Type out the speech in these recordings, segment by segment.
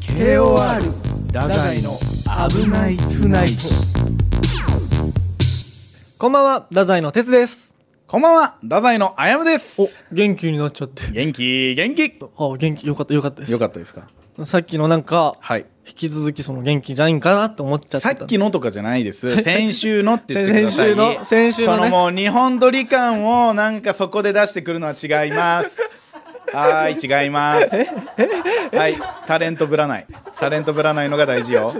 KOR 太宰の危ないトゥナイトこんばんは、太宰の哲です。こんばんは、太宰のあやむです。お、元気になっちゃって。元気、元気。あ、元気、よかった、よかったです。よかったですか。さっきのなんか、はい。引き続きその元気ないんかなって思っちゃってた。さっきのとかじゃないです。先週のって言ってくださ先い。週の先週のねそのもう日本撮り感をなんかそこで出してくるのは違います。はーい、違います。はい、タレントぶらない。タレントぶらないのが大事よ。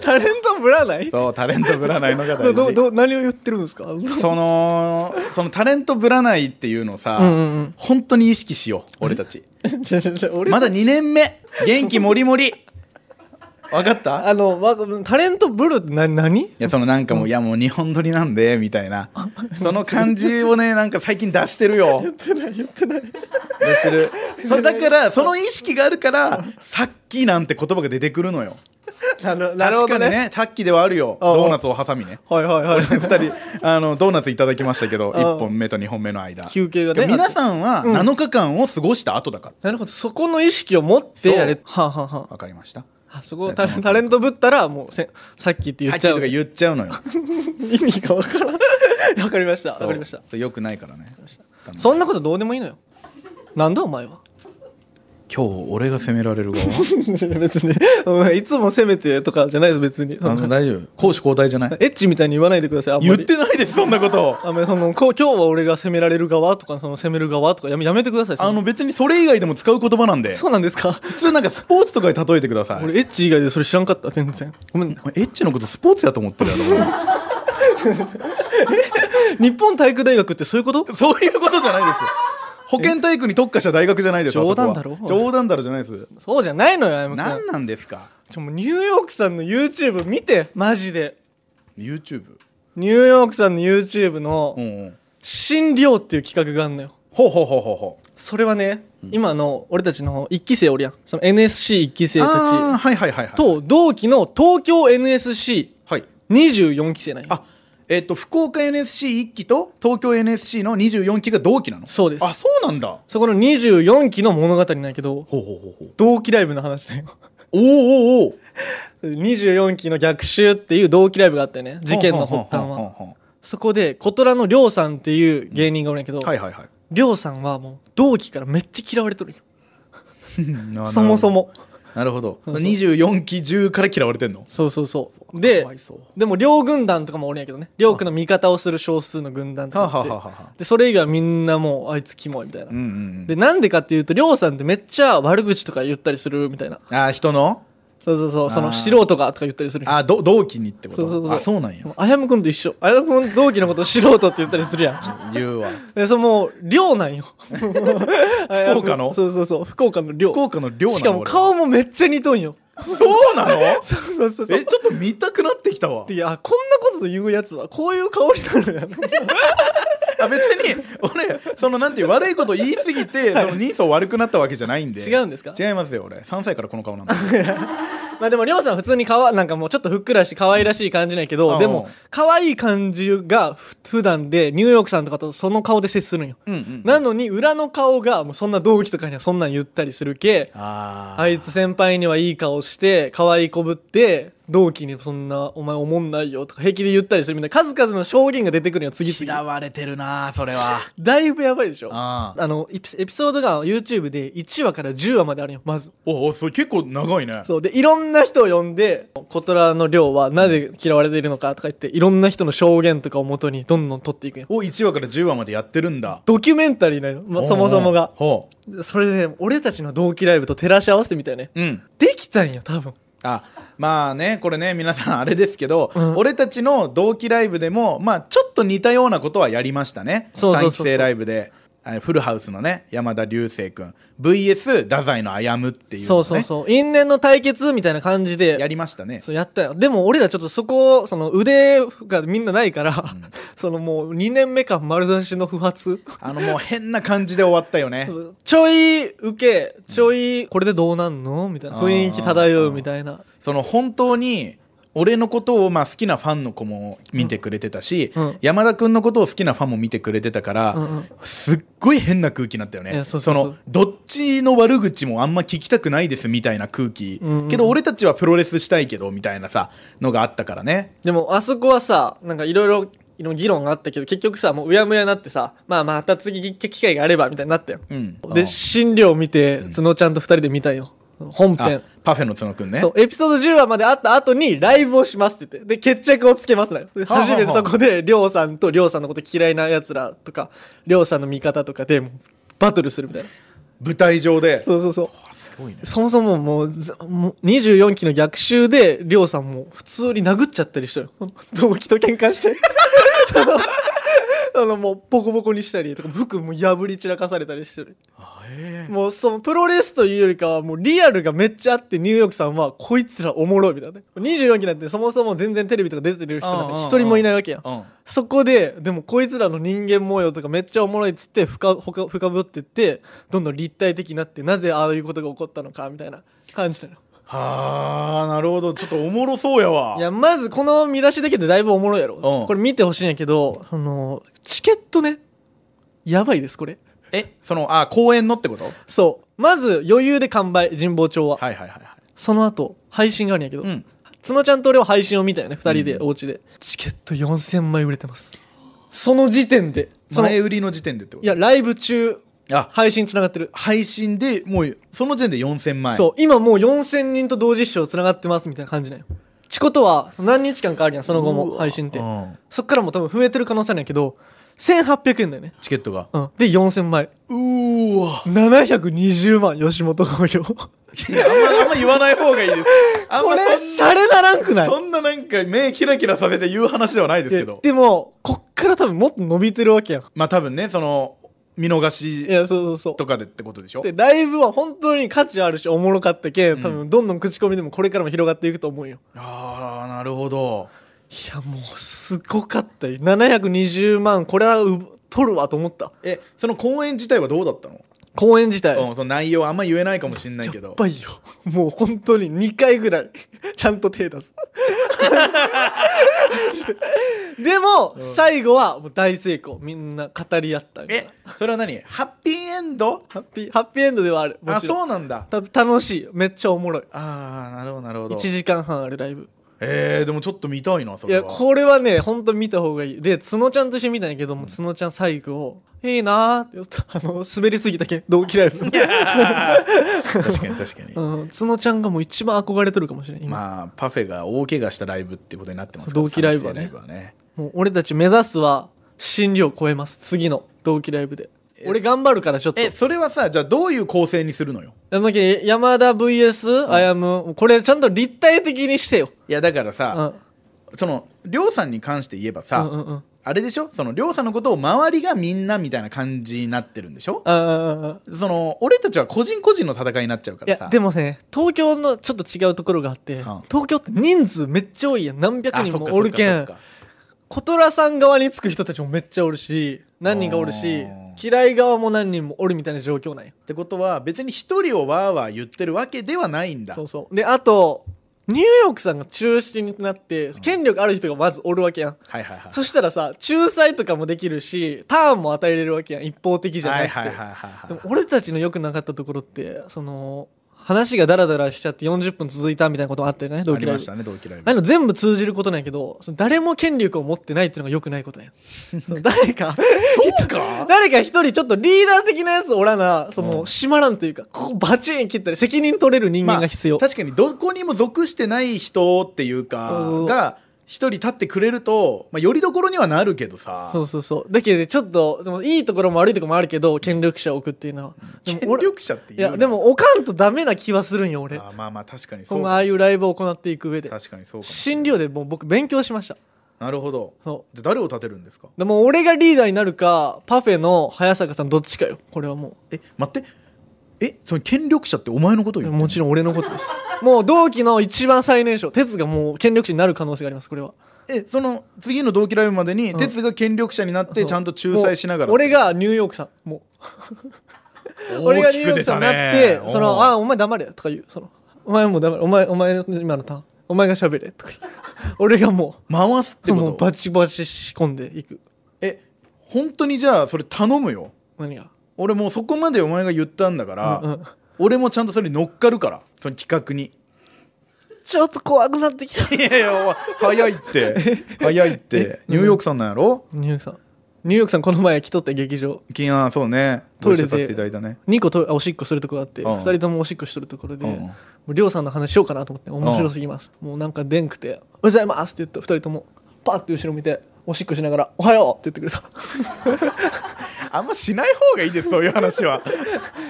タレントぶらないそう、タレントぶらないのがど、大ど、事。ど、何を言ってるんですかその、そのタレントぶらないっていうのさ、うんうんうん本当に意識しよう、俺たち。じゃじゃじゃ 俺、まだ2年目、元気もりもり。わかったあの、わタレントぶるってな、何いやそのなんかもう、いやもう日本撮りなんでみたいなその感じをねなんか最近出してるよ言ってない、言ってない。出してるそれだからその意識があるから「さっき」なんて言葉が出てくるのよなるなるほ確どかにね「さっき」ではあるよああドーナツをハサミねはいはいはい。 2人あのドーナツいただきましたけどああ1本目と2本目の間休憩がね皆さんはうん7日間を過ごした後だからなるほど、そこの意識を持ってやれ。はあ、はあはわかりましたあ、あそこタレタレントぶったら、もうせ、さっきって言さっっきちゃとうか。言っちゃうのよ意味がわからん。わかりました、わかりました。よくないからね頼むそんなことどうでもいいのよ。なんだお前は。今日俺が責められる 側別に、お前いつも責めてとかじゃないです、別に。あの大 丈夫攻守交代じゃないエッチみたいに言わないでください、あん言まっり。てないですそんなこと あんまりそのこう今日は俺が責められる側とかその責める側とかやめやめてくださいそあんなの別にそれ以外でも使う言葉なんでそうなんですか普通なんかスポーツとかに例えてください俺エッチ以外でそれ知らんかった全然ごめんお前エッチのことスポーツやと思ってるやろ日本体育大学ってそういう ことそういうことじゃないです保健体育に特化した大学じゃないですあそこは冗談だろ冗談だろじゃないですそうじゃないのよあやむくん何なんですかちょもうニューヨークさんの YouTube 見てマジで YouTube ニューヨークさんの YouTube のうんうん「診療」っていう企画があんのよほうほうほうほうほうそれはね、今の俺たちの一期生おるやんその NSC1 期生あたーはいはいはいはいちと同期の東京 NSC24 はい期生なんよあえっと福岡 NSC1 期と東京 NSC の24期が同期なのそうですあそうなんだそこの24期の物語なんやけどほうほうほうほう同期ライブの話だよ おーおーおお24期の逆襲っていう同期ライブがあったよね事件の発端ははそこで小虎のりょうさんっていう芸人がおるんやけどはいはい はいりょうさんはもう同期からめっちゃ嫌われとるよなそもそもなるほどそうそう24期中から嫌われてんのそうそうそうでかわいそうでも両軍団とかもおるんやけどね両君の味方をする少数の軍団とはあ、かあっはあてはあはあ、でそれ以外はみんなもうあいつキモいみたいな、うんうんうでなんでかっていうとりょうさんってめっちゃ悪口とか言ったりするみたいなんあー人のそうそうそうそあのー素人がとか言ったりするあーど同期にってことそうそうそうあそうなんやもうあやむくんと一緒あやむくん同期のこと素人って言ったりするや ん言うわでそのもう寮なんよ福岡のそうそうそう福岡の寮福岡の寮なのしかも俺顔もめっちゃ似と んよそうなのそうそうそうそうえちょっと見たくなってきた わいやこんなこと言うやつはこういう顔になるやんあ別に俺そのなんていう悪いこと言いすぎてその人相悪くなったわけじゃないんで違うんですか違いますよ俺3歳からこの顔なんだ まあでもりょうさん普通にかわなんかもうちょっとふっくらして可愛らしい感じなんやけうどんでも可愛い感じがふ普段でニューヨークさんとかとその顔で接するんよ うんうんなのに裏の顔がもうそんな同期とかにはそんなん言ったりするけ あーあいつ先輩にはいい顔して可愛いこぶって同期にそんなお前おもんないよとか平気で言ったりするみたいな数々の証言が出てくるよ次嫌々われてるなそれはだいぶやばいでしょあ ああのエピエピソードが YouTube で1話から10話まであるよまずおおそれ結構長いねそうでいろんな人を呼んで小虎の寮はなぜ嫌われているのかとか言っていろんな人の証言とかをもとにどんどん取っていくよを1話から10話までやってるんだドキュメンタリーなの、まあ、そもそもがほそれで、俺たちの同期ライブと照らし合わせてみたよねううんできたんよ多分あまあねこれね皆さんあれですけど、うん俺たちの同期ライブでもまあちょっと似たようなことはやりましたねそうそうそうそう三期生ライブであのフルハウスのね山田流星君 VS 太宰のあやむっていうのをねそうそうそう因縁の対決みたいな感じでやりましたねそうやったよでも俺らちょっとそこその腕がみんなないから、 そのもう2年目間丸出しの不発あのもう変な感じで終わったよねそうちょい受けちょいこれでどうなんのみたいな雰囲気漂うみたいなその本当に俺のことをまあ好きなファンの子も見てくれてたし、うん山田君のことを好きなファンも見てくれてたから、うんうんすっごい変な空気になったよいねやそうそうそうのどっちの悪口もあんま聞きたくないですみたいな空気、うんうんけど俺たちはプロレスしたいけどみたいなさのがあったからねでもあそこはさなんかいろいろいろ議論があったけど結局さもううやむやになってさまあまた次機会があればみたいになったよ、うんうでん診療見て角ちゃんと二人で見たよ本あ編パフェの角くんねそうエピソード10話まであった後にライブをしますって言ってで決着をつけますなのはあはあ初めてそこでりょうさんとりょうさんのこと嫌いなやつらとかりょうさんの味方とかでもうバトルするみたいな舞台上でそうそうそうすごいねそもそももうずもう24期の逆襲でりょうさんも普通に殴っちゃったりしたよ同期と喧嘩してそのあのもうボコボコにしたりとか服も破り散らかされたりしてるもうそのプロレスというよりかはもうリアルがめっちゃあってニューヨークさんはこいつらおもろいみたいなね24期なんてそもそも全然テレビとか出てる人なんて一人もいないわけやんうんそこででもこいつらの人間模様とかめっちゃおもろいっつって深深深ぶってってどんどん立体的になってなぜああいうことが起こったのかみたいな感じなのはあなるほどちょっとおもろそうやわいやまずこの見出しだけでだいぶおもろいやろうんこれ見てほしいんやけどそのチケットねやばいですこれえそのあ公演のってことはいそうまず余裕で完売神保町は、はいはいはいその後配信があるんやけど、うん角ちゃんと俺は配信を見たよね2人でうんお家で、チケット4000枚売れてますその時点でその前い売りの時点でってことやライブ中あ配信つながってる、配信でもうその時点で4000万円そう今もう4000人と同時視聴つながってますみたいな感じなんよちことは何日間かあるやんその後も配信ってうんそっからも多分増えてる可能性あるんやけど1800円だよね、チケットがうん、で4000枚うーわ720万吉本興業いやあんまあんま言わない方がいいですあ んこまれシャレなランクないそんそんななんか目キラキラさせて言う話ではないですけいやどでもこっから多分もっと伸びてるわけやんまあ多分ねその見逃いしやそうそうそうとかでってことでしょでライブは本当に価値あるしおもろかったけん多う分どんどん口コミでもこれからも広がっていくと思うよああなるほどいやもうすごかったよ720万これはう取るわと思ったえその公演自体はどうだったの公演自体うんその内容あんま言えないかもしんないけやどばいよもう本当に2回ぐらいちゃんと手出 すでも最後はもう大成功みんな語り合ったみたいえなそれは何ハッピーエンドハッピーハッピーエンドではあるもあちろんそうなんだた楽しいめっちゃおもろいああなるほどなるほど1時間半あるライブえー、でもちょっと見たいなそいれやはこれはねほんと見た方がいいで角ちゃんとして見たんやけども角ちゃん最後を「いいな」って言ったあの滑りすぎたけん同期ライブ 確かに確かにうん角ちゃんがもう一番憧れとるかもしれない今、まあパフェが大怪我したライブってことになってますかそらう同期ライブはね三期生ねもう俺たち目指すは診療を超えます次の同期ライブで俺頑張るからちょっとえそれはさじゃあどういう構成にするのよやっぱり山田 VS あやむこれちゃんと立体的にしてよいやだからうんうさんそのりょうさんに関して言えばさ、うんうんあれでしょそのりょうさんのことを周りがみんなみたいな感じになってるんでしょああああその俺たちは個人個人の戦いになっちゃうかいらさやでもね東京のちょっと違うところがあって、東京って人数めっちゃ多いやん何百あ人そっもかおるけそっんかそっか小虎さん側につく人たちもめっちゃおるし何人かおるしあー嫌い側も何人もおるみたいな状況なんよってことは別に一人をわーわー言ってるわけではないんだそうそうであとニューヨークさんが中心になって権力ある人がまずおるわけやん、はいはいはいそしたらさ仲裁とかもできるしターンも与えれるわけやん一方的じゃなはいくて、はいはいはいはいでも俺たちの良くなかったところってその話がダラダラしちゃって40分続いたみたいなこともあったよね同あ期りライまブしたね同期ライブああいうの全部通じることなんやけどその誰も権力を持ってないっていうのが良くないことなんやその誰かそうか誰か一人ちょっとリーダー的なやつおらなその締まらんというかここバチン切ったり責任取れる人間が必要、まあ確かにどこにも属してない人っていうかうんが一人立ってくれると、まあ、よりどころにはなるけどさそうそうそうだけどちょっとでもいいところも悪いところもあるけど権力者を置くっていうのはで権も俺力者っていういのはやでもおかんとダメな気はするんよ俺あまあまあ確かにそう今後かもああいうライブを行っていく上で確かにそうかも診療でもう僕勉強しましたなるほどそじゃあ誰を立てるんですかうでも俺がリーダーになるかパフェの早坂さんどっちかよこれはもうえ待ってえその権力者ってお前のことを言ってもちろん俺のことですもう同期の一番最年少哲がもう権力者になる可能性がありますこれはえその次の同期ライブまでにん哲、が権力者になってちゃんと仲裁しながらもう俺がニューヨークさんもう俺が大ニュきーヨくーク出さんたになっねてその「あお前黙れ」とか言うその「お前もう黙れお前お前の今のターンお前が喋れとか俺がも回うそすってうもこうとバチバチ仕込んでいくえ本当にじゃあそれ頼むよ何が俺もうそこまでお前が言ったんだから、うんうん俺もちゃんとそれに乗っかるからその企画にちょっと怖くなってきたいやいや早いって早いってニューヨークさんなんやろニューヨークさんニューヨークさんこの前来とった劇場気になそうねトイレでご一緒させていただいたね2個とあおしっこするとこがあって、うん2人ともおしっこしとるところで、うんもうりょうさんの話しようかなと思って面白すぎます、もうなんかでんくて「おはようございます」って言った2人ともパッて後ろ見ておしっこしながら「おはよう」って言ってくれたあんましない方がいいですそういう 話は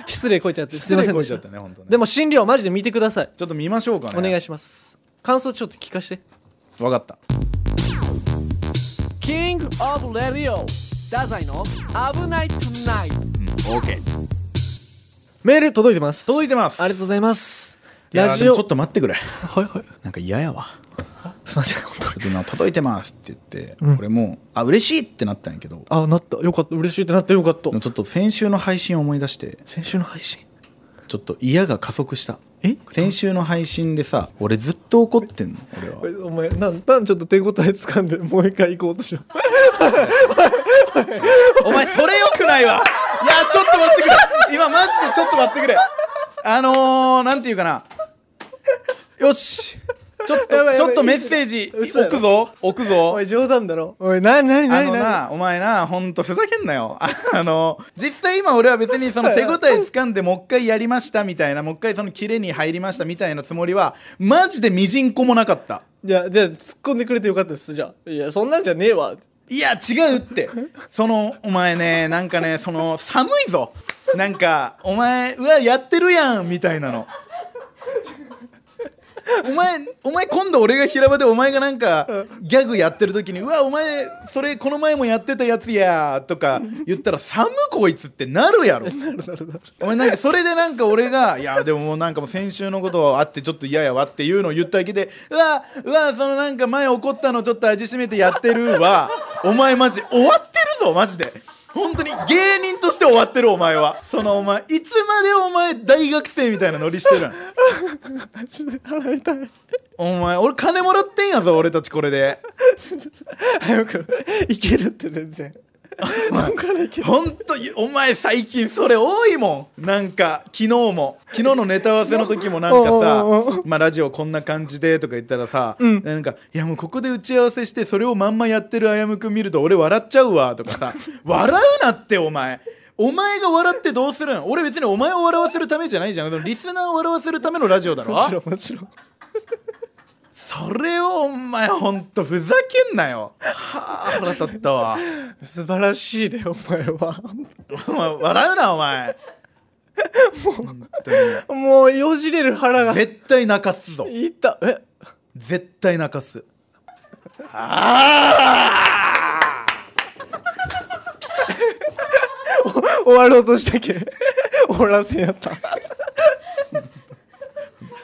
失礼こいちゃって失礼こいちすいゃっませんたでしね本当ねたでも診療マジで見てください、ちょっと見ましょうかねお願いしします感想ちょっと聞かして分かったキングオブレディオダザイの危ないトゥナイトうん OK メール届いてます届いてますありがとうございますいやラでジもオちょっと待ってくれはいはいなんか嫌やわすいません本当にちょっと今届いてますって言って、うん俺もあ嬉しいってなったんやけどあなったよかった嬉しいってなったよかったちょっと先週の配信を思い出して先週の配信ちょっと嫌が加速したえ先週の配信でさ俺ずっと怒ってんの俺はお前なんなんちょっと手応え掴んでもう一回行こうとしよう お前それよくないわいやちょっと待ってくれ今マジでちょっと待ってくれあのー、なんていうかなよしちょっとやばいやばいちょっとメッセージ嘘や置ろくぞ置くぞお前冗談だろおいなになになあにのななお前なほんとふざけんなよ あの実際今俺は別にその手応え掴んでもう一回やりましたみたいなもう一回そのキレに入りましたみたいなつもりはマジでみじんこもなかったじゃあじゃあ突っ込んでくれてよかったですじゃあいやそんなんじゃねえわいや違うってそのお前ねなんかねその寒いぞなんかお前うわやってるやんみたいなのお前お前今度俺が平場でお前がなんかギャグやってる時に「うわお前それこの前もやってたやつや」とか言ったら「寒こいつ」ってなるやろなるなるなるお前なんかそれでなんか俺が「いやでももうなんかもう先週のことあってちょっと嫌やわ」っていうのを言っただけで「うわうわそのなんか前怒ったのちょっと味しめてやってるわ」お前マジ終わってるぞマジで本当に芸人として終わってるお前はそのお前いつまでお前大学生みたいなノリしてるん払いたいお前俺金もらってんやぞ俺たちこれで 早くいけるって全 然そんからいける 本当にお前最近それ多いもんなんか昨日も昨日のネタ合わせの時もなんかさ おうおうお「まあ、ラジオこんな感じで」とか言ったらさ、んなんか「いやもうここで打ち合わせしてそれをまんまやってるあやむくん見ると俺笑っちゃうわ」とかさ 「笑うなってお前」お前が笑ってどうするん俺別にお前を笑わせるためじゃないじゃんそのリスナーを笑わせるためのラジオだろもちろんもちろんそれをお前ほんとふざけんなよはあ腹立ったわ素晴らしいねお前はお前笑うなお前ももうよじれる腹が絶対泣かすぞいったえ絶対泣かすあ終わろうとしたけ終わらせんやったあ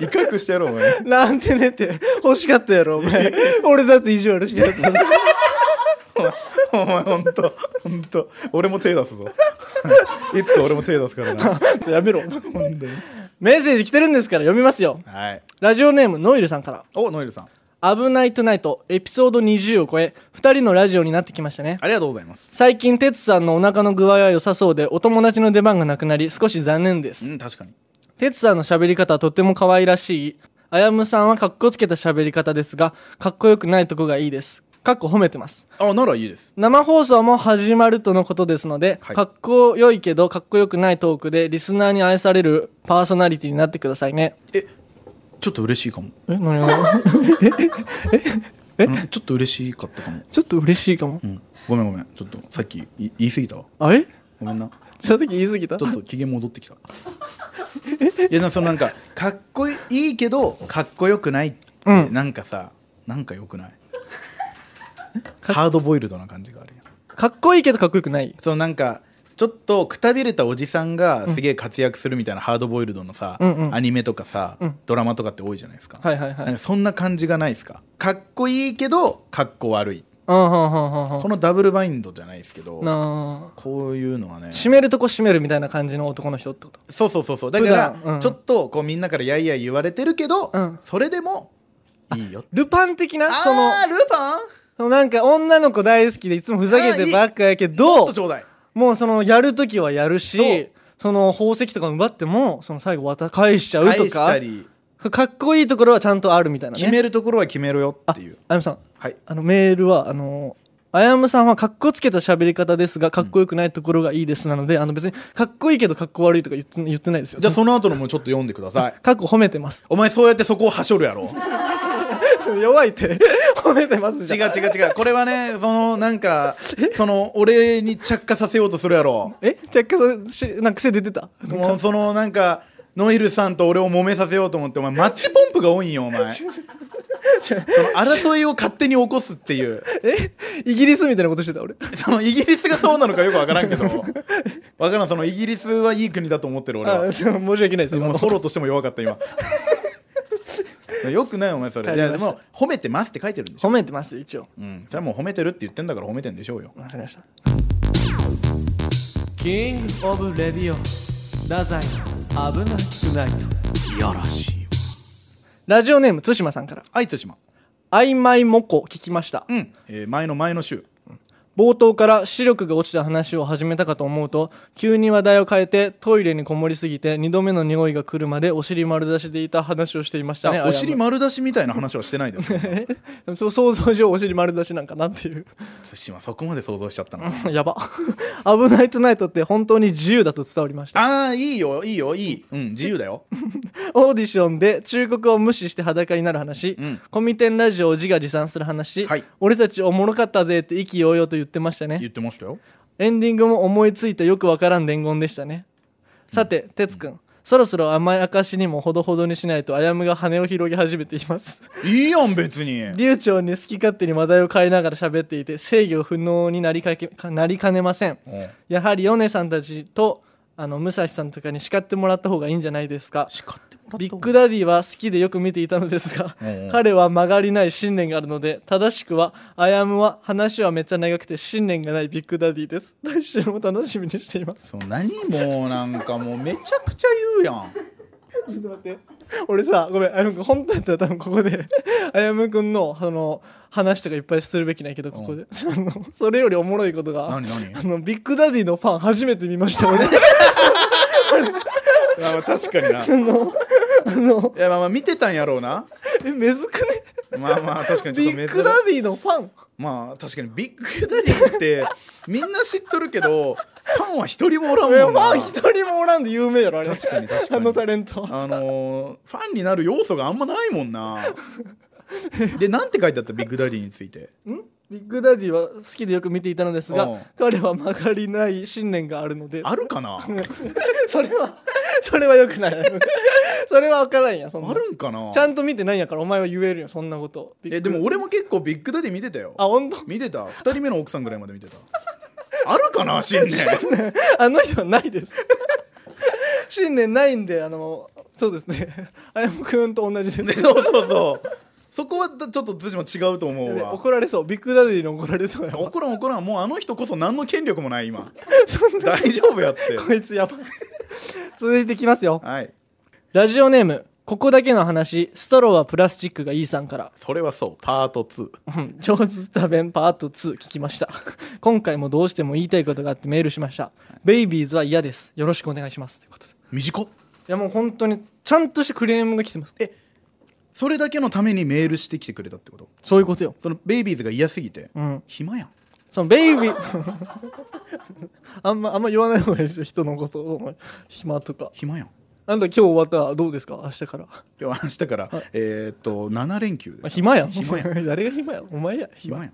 威嚇してやろうお前なんてねって欲しかったやろお 前俺だって意地悪してやったお前ほんとほんと俺も手出すぞいつか俺も手出すからなやめろほんとにメッセージ来てるんですから読みますよはいラジオネームノイルさんからおノエルさん「危ないトゥナイト」エピソード20を超え2人のラジオになってきましたねありがとうございます最近哲さんのお腹の具合は良さそうでお友達の出番がなくなり少し残念ですうん確かに哲さんの喋り方はとても可愛らしい。あやむさんはかっこつけた喋り方ですが、かっこよくないとこがいいです。かっこ褒めてます。あならいいです生放送も始まるとのことですので、はいかっこよいけどかっこよくないトークでリスナーに愛されるパーソナリティになってくださいね。えちょっと嬉しいかもえ、何 がうんちょっと嬉しかったかもちょっと嬉しいかもう。んごめんごめんちょっとさっきい言い過ぎたわあれごめんなちょっと言い過ぎたちょっと機嫌戻ってきた。いやでもそのなんかかっこいいけどかっこよくないって、うんなんかさなんかよくないハードボイルドな感じがあるやんかっこいいけどかっこよくない。そのなんかちょっとくたびれたおじさんがすげえ活躍するみたいなハードボイルドのさ、うんうんアニメとかさ、うんドラマとかって多いじゃないですか,、はいはいはいなんかそんな感じがないですかかっこいいけどかっこ悪いうん、はんはんはんはこのダブルバインドじゃないですけどん。なあ。こういうのはね締めるとこ締めるみたいな感じの男の人ってこと。そうそうそうそうだから普段うんちょっとこうみんなからやいやい言われてるけど、うんそれでもいいよルパン的なそのあールパンそのなんか女の子大好きでいつもふざけてばっかやけもっどとちょうだいもうそのやるときはやるそうしその宝石とか奪ってもその最後渡返しちゃうと返しかたりかっこいいところはちゃんとあるみたいなね決めるところは決めろよっていうあやむさんはいあのメールはあのあやむさんはかっこつけた喋り方ですがかっこよくないところがいいですなので、あの別にかっこいいけどかっこ悪いとか言って言ってないですよじゃあその後のもちょっと読んでくだ さいかっこ褒めてますお前そうやってそこをはしょるやろ弱いって褒めてますじ 違うゃん違う違うこれはねそのなん かその俺に着火させようとするやろえ若干それしなんか癖出てたもうそのなんかノイルさんと俺を揉めさせようと思ってお前マッチポンプが多いんよお 前その争いを勝手に起こすっていうえイギリスみたいなことしてた俺 そのイギリスがそうなのかよく分からんけど分からんそのイギリスはいい国だと思ってる俺あは申し訳ないですで今ものフォローとしても弱かった 今よくないお前それいやでも褒めてますって書いてるんでしょ、褒めてますよ一応うん、それはもう褒めてるって言ってんだから褒めてんでしょうよわかりましたキングオブレディオ太宰の危なくないといやらしいラジオネーム対馬さんからはい対馬曖昧もこ聞きましたうん、えー前の前の週冒頭から視力が落ちた話を始めたかと思うと急に話題を変えてトイレにこもりすぎて2度目の匂いが来るまでお尻丸出しでいた話をしていましたねあお尻ま丸出しみたいな話はしてない です対 そう想像上お尻丸出しなんかなっていう馬そこまで想像しちゃったな やば危ないトゥナイトって本当に自由だと伝わりましたああいいよいいよいい、うん、自由だよオーディションで忠告を無視して裸になる話、んコミテンラジオを自画自賛する話、はい俺たちおもろかったぜって意気揚々と言ってましたね言ってましたよエンディングも思いついたよくわからん伝言でしたね。さて、哲くん、そろそろ甘い証にもほどほどにしないと、あやむが羽を広げ始めてい ます。いいやん別に 流暢に好き勝手に話題を変えながら喋っていて、制御不能になりかけかなりかねません。うんやはり、ヨネさんたちと、あの、武蔵さんとかに叱ってもらった方がいいんじゃないですか。叱ってもらったビッグダディは好きでよく見ていたのですがうんうん、彼は曲がりない信念があるので、正しくは、アヤムは話はめっちゃ長くて信念がないビッグダディです。来週も楽しみにしています。そう何もうなんかもうめちゃくちゃ言うやんちょっと待って。俺さ、ごめん、あやむくん、本当やったら多分ここで、 あやむくんの、その、話とかいっぱいするべきないけど、ここで。あの それよりおもろいことが、何何あの、ビッグダディのファン初めて見ました、俺。あまあ確かにないやまあまあ見てたんやろうなえ、めずくねまあまあ確かにちょビっと珍ッしグダディのファンまあ確かにビッグダディってみんな知っとるけどファンは一人もおらんえもフんなァン一人もおらんで有名やろ、あれ。確かに確かにあのタレントは。あのーファンになる要素があんまないもんなでなんて書いてあったビッグダディについてんビッグダディは好きでよく見ていたのですが、うん彼は曲がりない信念があるのであるかな それはそれはよくない それは分からんやそんなあるんかなちゃんと見てないんやからお前は言えるよそんなことえでも俺も結構ビッグダディ見てたよあ本当 見てた2人目の奥さんぐらいまで見てたあるかな信念あの人はないです 信念ないんであのそうですねあやむくんと同じでねすそうそうそうそこはちょっと対馬違うと思やうべわ怒られそうビッグダディに怒られそうやわ怒らん怒らんもうあの人こそ何の権力もない今そんな大丈夫やってこいつやばい 続いてきますよはいラジオネームここだけの話ストローはプラスチックがいいさんからそれはそうパート2うん上手食べんパート2聞きました 今回もどうしても言いたいことがあってメールしましたベイビーズは嫌ですよろしくお願いしますということでい短っやもう本当にちゃんとしてクレームが来てますえそれだけのためにメールしてきてくれたってことそういうことよそのベイビーズが嫌すぎて、うん暇やんそのベイビー あんまあんま言わない方がいいですよ人のことを暇とか暇やんあんた今日終わったらどうですか明日から、ま今日明日から、えー、っと7連休あです暇やん暇や 誰が暇やんお前や暇やん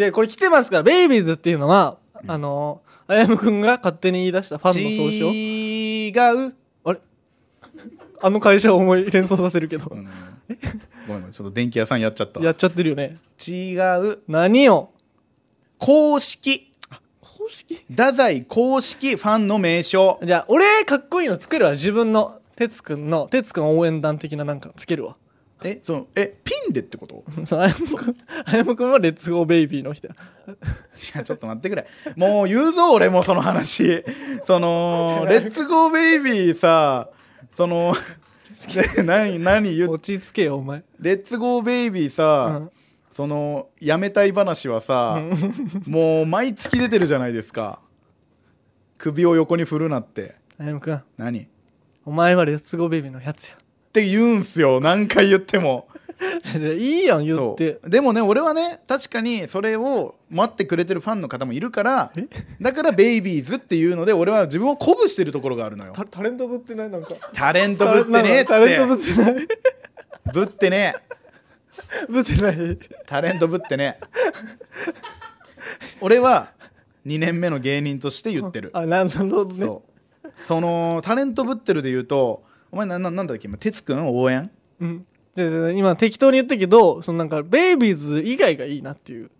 違うこれ来てますからベイビーズっていうのは、あのあやむくんが勝手に言い出したファンの総称違う、あれあの会社を思い連想させるけど、うん、ごめんごめんちょっと電気屋さんやっちゃったわやっちゃってるよね違う何を公式公式太宰公式ファンの名称じゃあ俺かっこいいのつけるわ自分の哲くんの哲くん応援団的ななんかつけるわ えそのえピンでってことそうあやむくんあやむくんはレッツゴーベイビーの人やいやちょっと待ってくれもう言うぞ俺もそ の話そのレッツゴーベイビーさそので何何言っ落ち着けよお前レッツゴーベイビーさ、うんそのやめたい話はさ、もう毎月出てるじゃないですか首を横に振るなって歩夢君何っお前はレッツゴーベイビーのやつやて言うんすよ何回言ってもいいやん 言そっうてでもね俺はね確かにそれを待ってくれてるファンの方もいるからだからベイビーズっていうので俺は自分を鼓舞してるところがあるのよタタレントぶってないなんかタレントぶってねえってタレントぶってないぶってねえぶってないタレントぶってね俺は2年目の芸人として言ってるあなるほどねそうそのタレントぶってるで言うとお前なななんだっけ今哲くん応援うんででで今適当に言ったけどそのなんかベイビーズ以外がいいなっていう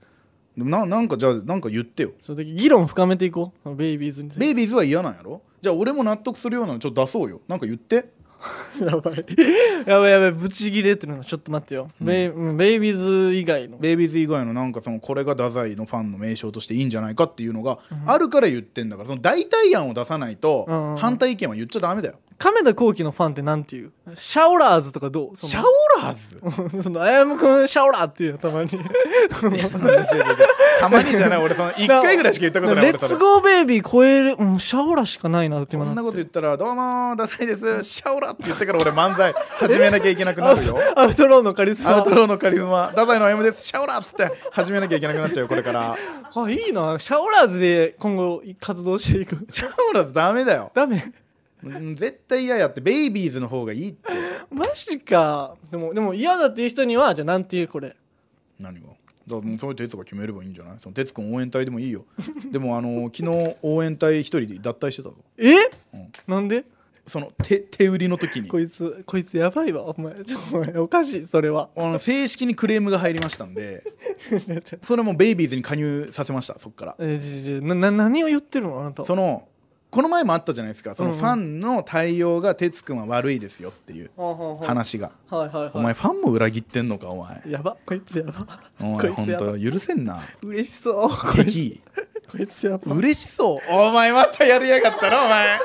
でもななんかじゃあなんか言ってよその時議論深めていこうそのベイビーズについてベイビーズは嫌なんやろじゃあ俺も納得するようなのちょっと出そうよなんか言ってやばい やばいやばいブチギレってるのちょっと待ってよ、ベイうんベイビーズ以外のベイビーズ以外のなんかそのこれが太宰のファンの名称としていいんじゃないかっていうのがあるから言ってんだからその代替案を出さないとうんうんうん反対意見は言っちゃダメだよ亀田光輝のファンってなんていうシャオラーズとかどうシャオオラーズ そのあやむくんシャオラーっていうのたまに 違う違う違うたまにじゃない俺その1回ぐらいしか言ったことないレ俺ッそれツゴーベイビー超える、うん、シャオラしかないなってこ今んなっこと言ったら「どうもーダサいですシャオラ」って言ってから俺漫才 始めなきゃいけなくなるよアウトローのカリスマアウトローのカリスマ「ダサいの M ですシャオラ」っつって始めなきゃいけなくなっちゃうよこれ からあいいなシャオラーズで今後活動していく シャオラダメだよダメうん絶対嫌やってベイビーズの方がいいってマジかでもでも嫌だっていう人にはじゃあなんていうこれ何がだからもうそういう哲が決めればいいんじゃないその哲くん応援隊でもいいよ でもあの昨日応援隊一人で脱退してたぞえ、んなんでその手手売りの時にこいつこいつやばいわお前ちょお前おかしいそれはあの正式にクレームが入りました んでそれもベイビーズに加入させましたそっからえじじなな何を言ってるのあなたそのこの前もあったじゃないですかそのうんうんファンの対応が哲くんは悪いですよっていうはあはあはあ話が、はいはいはいお前ファンも裏切ってんのかお前やばこいつやばおこ前いほつんやばと許せんな嬉し そうこい敵こいつやば嬉しそうお前またやりやがったなお前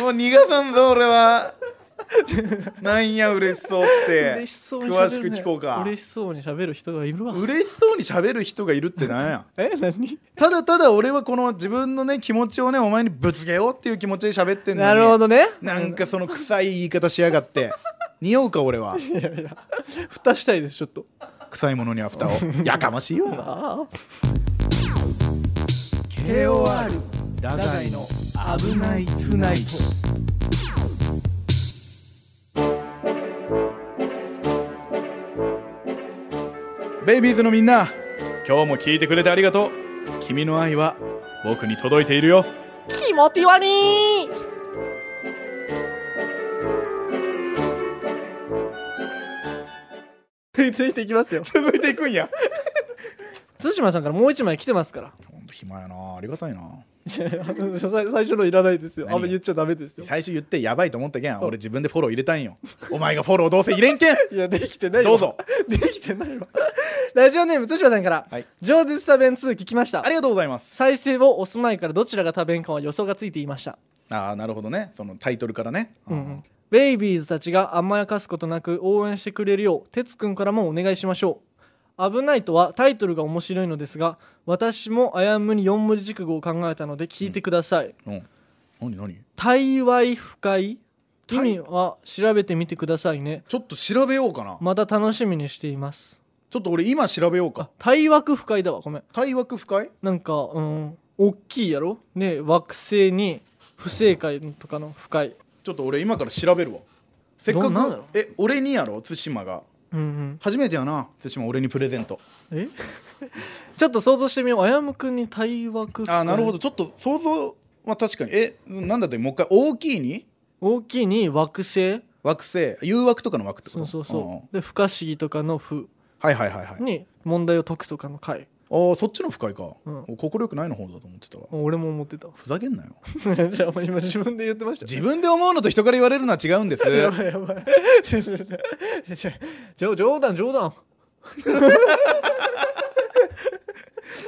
もう逃がさんぞ俺はなんや嬉しそうって嬉しそうに喋るね詳しく聞こうか嬉しそうに喋る人がいるわ嬉しそうに喋る人がいるってなんやえ何ただただ俺はこの自分のね気持ちをねお前にぶつけようっていう気持ちで喋ってんのになるほどねなんかその臭い言い方しやがって匂うか俺はいやいや蓋したいですちょっと臭いものには蓋をやかましいよ ああ KOR 太宰の危ないトゥナイトベイビーズのみんな今日も聞いてくれてありがとう君の愛は僕に届いているよ気持ち悪いついていきますよ続いていくんや対馬さんからもう一枚来てますからほんと暇やなありがたいないやいやあの 最最初のいらないですよあ何んま言っちゃダメですよ最初言ってやばいと思ったけん俺自分でフォロー入れたいんよお前がフォローどうせ入れんけんいやできてないわどうぞ できてないわラジオネーム対馬さんからはい「情熱多弁2」聞きましたありがとうございます再生を押す前からどちらが多弁かは予想がついていましたああなるほどねそのタイトルからね、うんうんベイビーズたちが甘やかすことなく応援してくれるよう哲くんからもお願いしましょう「危ない」とはタイトルが面白いのですが私もあやむに4文字熟語を考えたので聞いてくださいうん何何「対外不快」意味は調べてみてくださいねちょっと調べようかなまた楽しみにしていますちょっと俺今調べようか対枠不快だわごめん対枠不快なんかうん大きいやろね惑星に不正解とかの不快ちょっと俺今から調べるわせっかどうなんだくろうえ俺にやろ対馬がうんうん初めてやな対馬俺にプレゼントえ ちょっと想像してみようあやむくんに対枠あーなるほどちょっと想像は確かにえなんだってもう一回大きいに大きいに惑星惑星誘惑とかの枠ってこそとうそううんうんそうで不可思議とかの「不はいはいはいは」いに問題を解くとかの「解あーそっちの不快かうん心よくないの方だと思ってたわ」俺も思ってた ふざけんなよじゃあお前今自分で言ってましたよ自分で思うのと人から言われるのは違うん ですやばいやばいちょちょちょちょちょ冗談冗談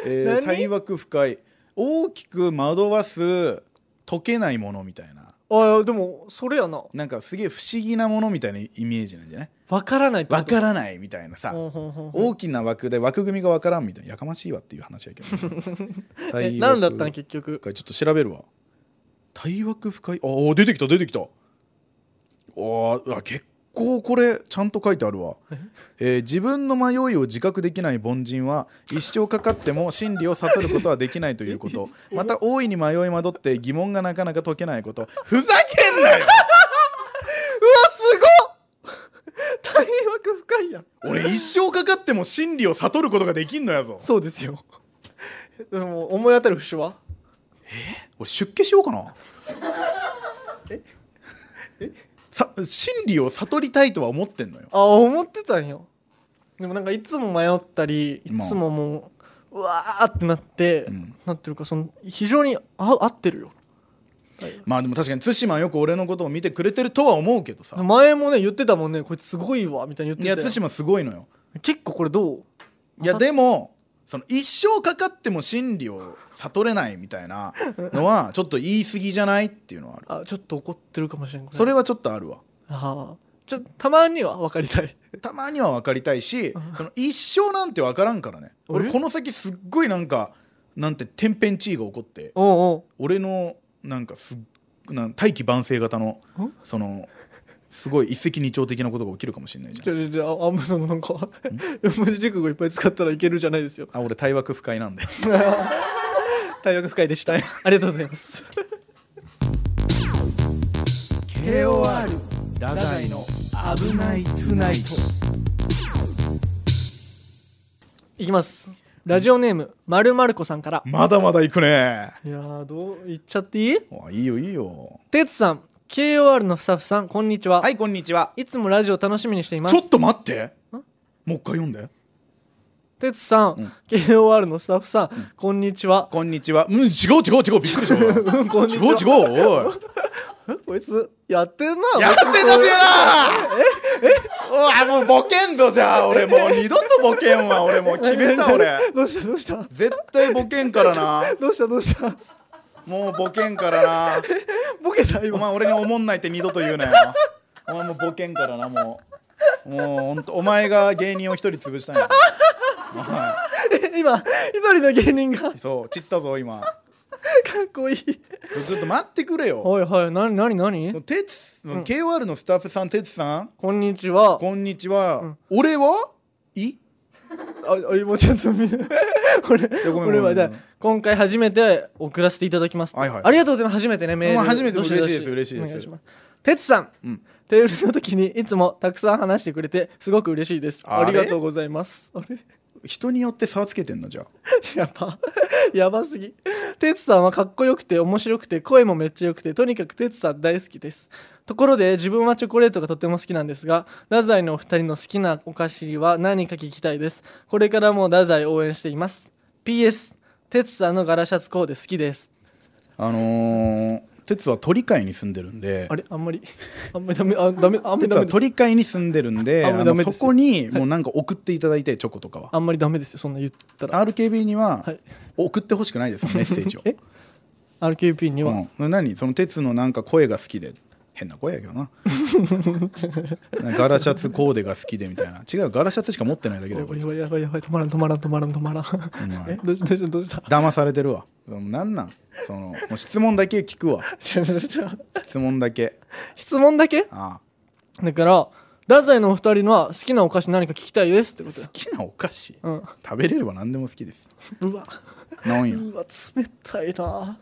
えー何対枠不快大きく惑わす解けないものみたいなああでもそれやななんかすげえ不思議なものみたいなイメージなんじゃないわからないわかららないみたいなさほんほんほんほん大きな枠で枠組みがわからんみたいなやかましいわっていう話やけ どねえ対何だった枠ん結局ちょっと調べるわ対枠深いあー出てきた出てきたあーうわ結構これちゃんと書いてあるわ、えー自分の迷いを自覚できない凡人は一生かかっても真理を悟ることはできないということ また大いに迷い惑って疑問がなかなか解けないことふざけんなようわすごっ 大枠深いやん俺一生かかっても真理を悟ることができんのやぞそうですよ でも思い当たる節は俺出家しよう かなさ真理を悟りたいとは思ってんのよああ思ってたんよでもなんかいつも迷ったりいまあつももううわーってなって、うんなってるかその非常にあ合ってるよまあでも確かに対馬はよく俺のことを見てくれてるとは思うけどさ前もね言ってたもんねこいつすごいわみたいに言っていたよや対馬すごいのよ結構これどういやでもその一生かかっても真理を悟れないみたいなのはちょっと言い過ぎじゃないっていうのはあるあちょっと怒ってるかもしれんこそれはちょっとあるわああちょたまには分かりた いたまには分かりたいしその一生なんて分からんからね俺えこの先すっごいなんかなんて天変地異が起こっておう俺のなんかすっなん大器晩成型のんそのすごい一石二鳥的なことが起きるかもしれないじおゃんうじゃああんまそのなんか 四文字熟語いっぱい使ったらいけるじゃないですよあ俺対枠不快なんで大学深いで したありがとうございます KOR 太宰の危ないトゥナイトいきますラジオネームまるまる子さんからまだまだ行くね。いやーどう言っちゃっていいあいいよいいよ。てつさん KOR のスタッフさんこんにちは、、はいいこんにちは。つもラジオ楽しみにしていまちすょっと待って。もう一回読んで。てつさん、うん KOR のスタッフさん、こんにち はこんにちは。うん違う違う違うびっくりした。違う違ううんこんにちはおい。こいつやってんなやってんだってやな。ええ。おいもうボケんぞじゃあ俺もう二度とボケんわ俺もう決めた俺。どうしたどうした絶対ボケんからな。どうしたどうしたもうボケんからな。ボケた お今前俺におもんないって二度と言うなよ。お前もうボケんからなもう。もうほんとお前が芸人を一人潰したんや。はい。え今一人の芸人がかっそう散ったぞ今こいいずっと待ってくれよはいはいなになになにてつ KOR のスタッフさんてつさんこんにちはこんにちは、俺はいああ 今ちょっと見俺ごめ俺んごめはんじゃあ今回初めて送らせていただきます、はいはいありがとうございます初めてねメール、まあ初めてどしどし嬉しいです嬉しいでおす願しますてつさん、うんテールの時にいつもたくさん話してくれてすごく嬉しいですああれりがとうございますあれ人によって差をつけてんのじゃあやばやばすぎてつさんはかっこよくて面白くて声もめっちゃよくてとにかくてつさん大好きですところで自分はチョコレートがとても好きなんですが太宰のお二人の好きなお菓子は何か聞きたいですこれからも太宰応援しています PS てつさんの柄シャツコーデ好きですあのー、てつは鳥海に住んでるんであれあんまりあんまりダメあダメあんまりてつダメはです鳥海に住んでるんでああんまりダのメでそすこにもうなんか送っていただいてチョコとかはあんまりダメですよそんな言ったら RKB にははい送ってほしくな いですよメッセージをえ RQP には、うん、何その鉄のなんか声が好きで変な声やけどななんかガラシャツコーデが好きでみたいな違うガラシャツしか持ってないだけだよこいつやばいやばいやばい止まらん止まらん止まらん止まらおんえど前うしたどうしたどうした騙されてるわそのなんなんそのもう質問だけ聞くわちょちょちょ質問だけ質問だけああだから太宰のお二人のは好きなお菓子何か聞きたいですってこと好よきなお菓子うん食べれれば何でも好きですうわなんようわ冷たいな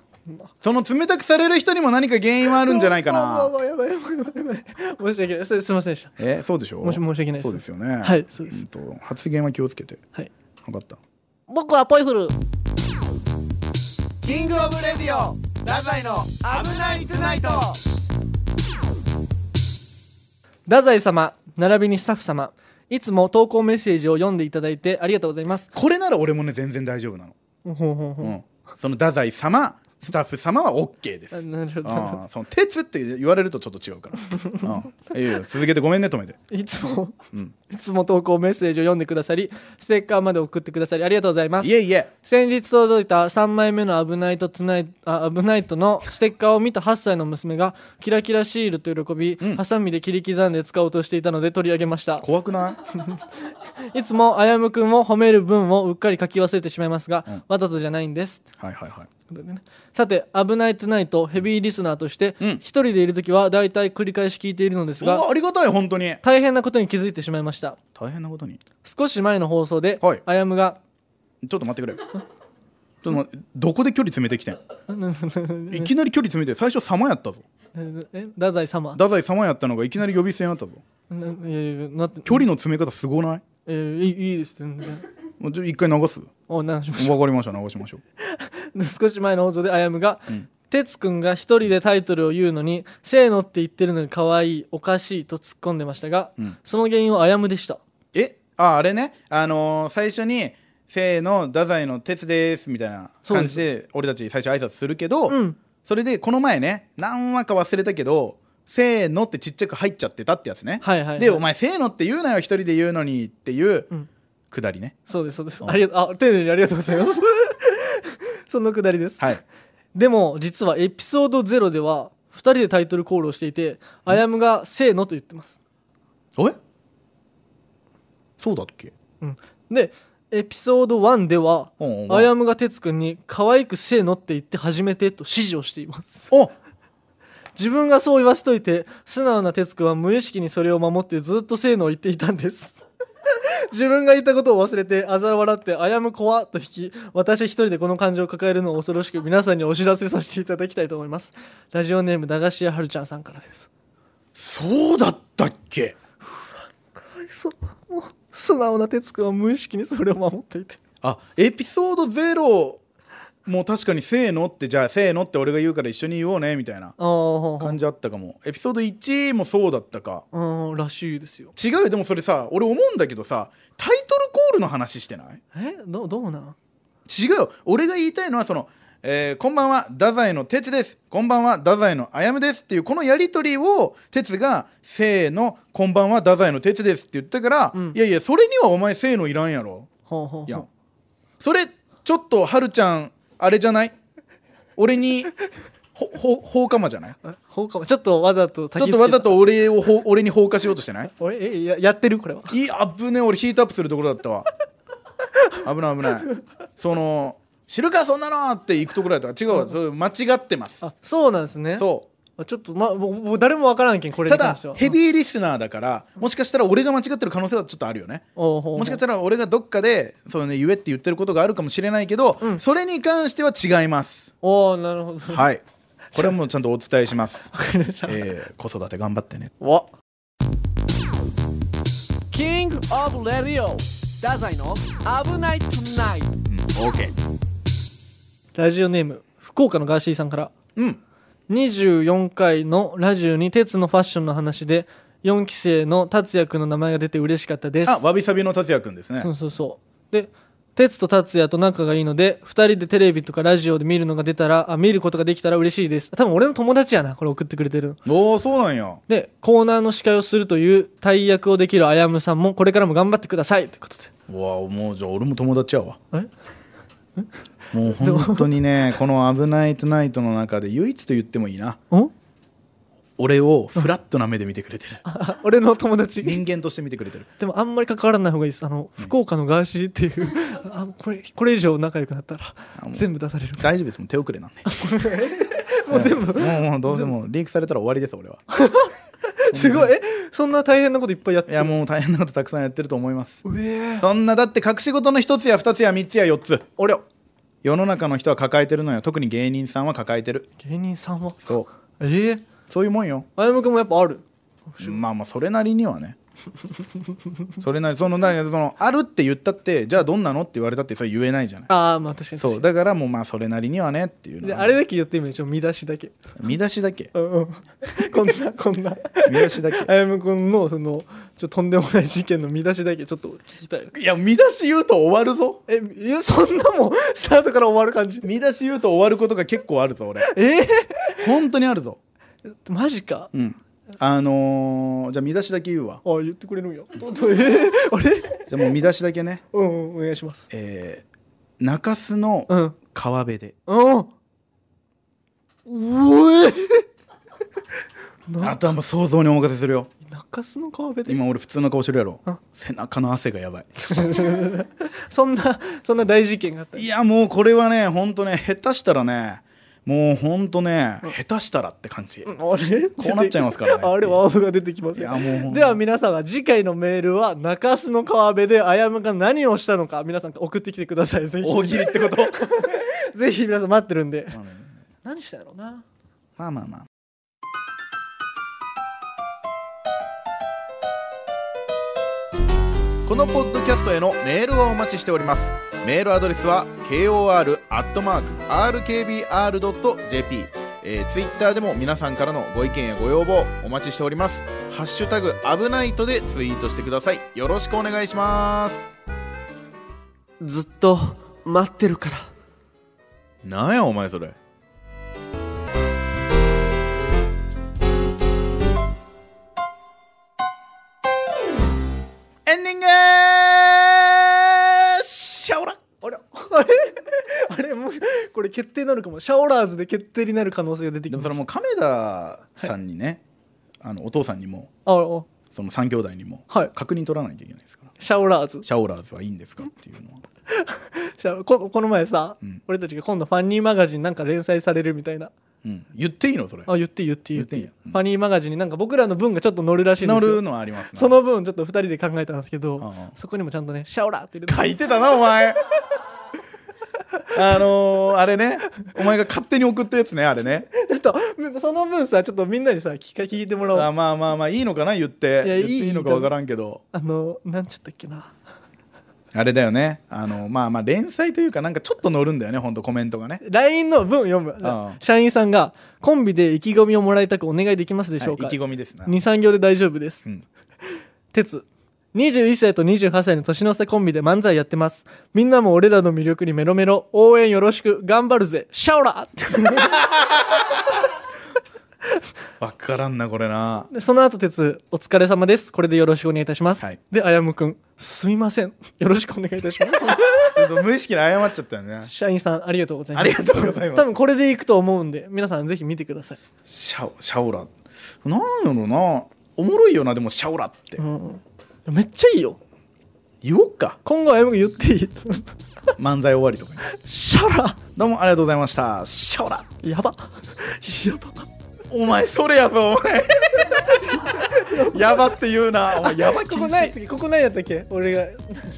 その冷たくされる人にも何か原因はああるんじゃないかうなわうわやばいやばいやばいやばい申し訳ないすすいませんでしたえそうでしょもし申し訳ないですそうですよねはいそうですんと発言は気をつけてはい分かった僕はポイフルキングオブレディオ太宰の危ないトゥナイト太宰様並びにスタッフ様いつも投稿メッセージを読んでいただいてありがとうございますこれなら俺もね全然大丈夫なのほうほうほううん、その太宰様スタッフ様は OK ですあなるほどうんその鉄って言われるとちょっと違うから、うん、いいよ続けてごめんね止めていつも、うんいつも投稿メッセージを読んでくださりステッカーまで送ってくださりありがとうございますいえいえ先日届いた3枚目の「危ないとトゥナイト」あ「危ないと」のステッカーを見た8歳の娘がキラキラシールと喜び、うんハサミで切り刻んで使おうとしていたので取り上げました怖くないいつもあやむくんを褒める文をうっかり書き忘れてしまいますが、うんわざとじゃないんですはいはいはいということでねさて「危ないトゥナイト」ヘビーリスナーとしてうん一人でいる時は大体繰り返し聞いているのですおがありがたい本当に大変なことに気づいてしまいました大変なことに少し前の放送で、はいあやむがちょっと待ってくれちょっと待ってどこで距離詰めてきてんいきなり距離詰めて最初様やったぞ え太宰様太宰様やったのがいきなり呼び捨てになったぞないやいやなって距離の詰め方すごないえー、いいいいです全然もうちょ一回流すおなんかしましわかりました流しましょた う少し前の放送であやむが、ん哲くんが一人でタイトルを言うのに「せーの」って言ってるのに可愛いおかしいと突っ込んでましたが、うんその原因はあやむでしたえああれねあのー最初に「せーの太宰の鉄です」みたいな感じで俺たち最初挨拶するけど、うんそれでこの前ね何話か忘れたけど「せーの」ってちっちゃく入っちゃってたってやつね、はいはいはいで「お前せーの」って言うなよ一人で言うのにっていううんくだりね、そうですそうですうんありがあ丁寧にありがとうございます そのくだりです、はいでも実はエピソード0では2人でタイトルコールをしていてあやむが「せーの」と言ってます、おえそうだっけうん、でエピソード1ではうんうんあやむが哲くんに「可愛くせーの」って言って初めてと指示をしています お自分がそう言わせといて素直な哲くんは無意識にそれを守ってずっと性能を言っていたんです 自分が言ったことを忘れてあざ笑って「あやむ怖」と引き私一人でこの感情を抱えるのを恐ろしく皆さんにお知らせさせていただきたいと思いますラジオネーム駄菓子屋はるちゃんさんからですそうだったっけ そうもう素直な哲くんは無意識にそれを守っていてあエピソード0もう確かに「せーの」ってじゃあ「せーの」って俺が言うから一緒に言おうねみたいなああ感じあったかもエピソード1もそうだったかうんらしいですよ違うよでもそれさ俺思うんだけどさタイトルコールの話してないえどどうなん違うよ俺が言いたいのはその、えーこんばんは太宰の哲ですこんばんは太宰のあやむです」っていうこのやり取りを哲が「せーのこんばんは太宰の哲です」って言ったから、うんいやいやそれにはお前「せーの」いらんやろほうほうやほんうそれちょっとはるちゃんあれじゃない俺にほほ放火魔じゃないえほうかもちょっとわざとち焚ょっきつけとたわざと俺をほ俺に放火しようとしてない俺えややってるこれはいいあぶね俺ヒートアップするところだったわ危ない危ないその「知るかそんなの!」って行くところだった違うわそれ間違ってますあそうなんですねそあちょっとまあ僕僕誰もわからんけんこうれたに関だしてはヘビーリスナーだからもしかしたら俺が間違ってる可能性はちょっとあるよねももしかしたら俺がどっかで「そうね言え」って言ってることがあるかもしれないけど、うんそれに関しては違いますおおなるほどいはいこれはもうちゃんとお伝えします、わかりましたえー子育て頑張ってねわキングオブレディオ太宰の危ないトゥナイトうん OK ラジオネーム福岡のガーシーさんからうん24回のラジオに鉄のファッションの話で4期生の達也くんの名前が出て嬉しかったですあわびさびの達也くんですねそうそうそうで鉄と達也と仲がいいので2人でテレビとかラジオで見るのが出たらあ見ることができたら嬉しいです多分俺の友達やなこれ送ってくれてるのおおそうなんやでコーナーの司会をするという大役をできるあやむさんもこれからも頑張ってくださいということでうわもうじゃあ俺も友達やわえもう本当にね この「危ないトゥナイト」の中で唯一と言ってもいいなん 俺をフラットな目で見てくれてるあ俺の友達人間として見てくれてるでもあんまり関わらない方がいいですあの福岡のガーシーっていうあこれこれ以上仲良くなったらあもう全部出される大丈夫ですもう手遅れなんでもう全部もうもうどうせもうリークされたら終わりです俺はすごいえそんな大変なこといっぱいやっいてやるもう大変なことたくさんやってると思いますうえそんなだって隠し事の一つや二つや三つや四つ俺を世の中の人は抱えてるのよ特に芸人さんは抱えてる芸人さんはそうええそういうもんよあやむくんもやっぱある まあまあそれなりにはねそれなりそのだからそのあるって言ったってじゃあどんなのって言われたってそれ言えないじゃないああまあ確かに確かにそうだからもうまあそれなりにはねっていうのではあれだけ言ってみるちょ見出しだけ、見出しだけうん うん、こんなこんな見出しだけあやむくんのそのちょとんでもない事件の見出しだけちょっと聞きたいないや見出し言うと終わるぞえいやそんなもんスタートから終わる感じ見出し言うと終わることが結構あるぞ俺え本当にあるぞー、マジかうんあのー、じゃあ見出しだけ言うわあ言ってくれるんや どどえー、あれじゃあもう見出しだけねうん、うん、お願いしますえー、中洲のうん川辺で、うんうえあとはもう想像にお任せするよ中洲の川辺で今俺普通の顔してるやろあ背中の汗がやばいそんなそんな大事件があったいやもうこれはねほんとね下手したらねもうほんとね下手したらって感 じあれこうなっちゃいますから ねあれワードが出てきますいやもうほんとでは皆様次回のメールは中洲の川辺であやむが何をしたのか皆さん送ってきてくださいぜ大喜利ってこと ひぜひ皆さん待ってるんで何したんやろうなまあまあまあこのポッドキャストへのメールはお待ちしておりますメールアドレスは kor.rkbr.jp えー、ツイッターでも皆さんからのご意見やご要望お待ちしております「ハッシュタグ危ないと」でツイートしてくださいよろしくお願いしますずっと待ってるからなんやお前それエンディングシャオラあれ あれあれもうこれ決定になるかもシャオラーズで決定になる可能性が出てきまですもそれもう亀田さんにね、あのお父さんにもああその三兄弟にもはい確認取らないといけないですから、シャオラーズシャオラーズはいいんですかっていうのはシャオここの前さ、うん俺たちが今度ファニーマガジンなんか連載されるみたいなうん、言っていいのそれあ言っていい言っていい言っていい言っていいよファニーマガジンになんか僕らの分がちょっと載るらしいんです乗よるのはありますなその分ちょっと2人で考えたんですけどああそこにもちゃんとね「シャオラ!」って入れて書いてたなお前あのー、あれねお前が勝手に送ったやつねあれねちょっとその分さちょっとみんなにさ聞か聞いてもらおうああまあまあまあいいのかな言っていや言っていいのかいいと思う分からんけどのなんちゃったっけなあれだよねあのまあまあ連載というかなんかちょっと乗るんだよねほんとコメントがね LINE の分読むああ社員さんが「コンビで意気込みをもらいたくお願いできますでしょうか、はい意気込みですな23行で大丈夫ですうん鉄21歳と28歳の年の差コンビで漫才やってますみんなも俺らの魅力にメロメロ応援よろしく頑張るぜシャオラ分からんなこれなでその後鉄お疲れ様ですこれでよろしくお願いいたします、はいであやむくんすみませんよろしくお願いいたします ちょっと無意識に謝っちゃったよね社員さんありがとうございまあすりがとうございま多す分これでいくと思うんで皆さんぜひ見てください、シャオシャオラなんやろなおもろいよなでもシャオラってうん、めっちゃいいよ言おっか今後あやむくん言っていい漫才終わりとかにシャラどうもありがとうございましたシャオラやばやばお前それやぞお 前やばって言うなお前やばこ禁こない止次ここないやったっけ俺が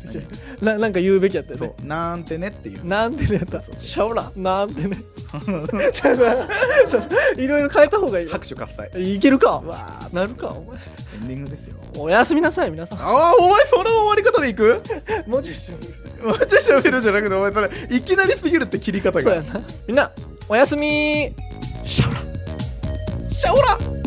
ななんか言うべきやったよそねう なんてねっていうなんてねやったシャオラなん てねただそういろいろ変えた方がいいよ拍手喝采いけるかなるかお前エンディングですよおやすみなさい皆さんああお前その終わり方でいく もうちょいしよめっちゃ喋るじゃなくてお前それいきなりすぎるって切り方うそうやがなみんなおやすみシャオラシャオラ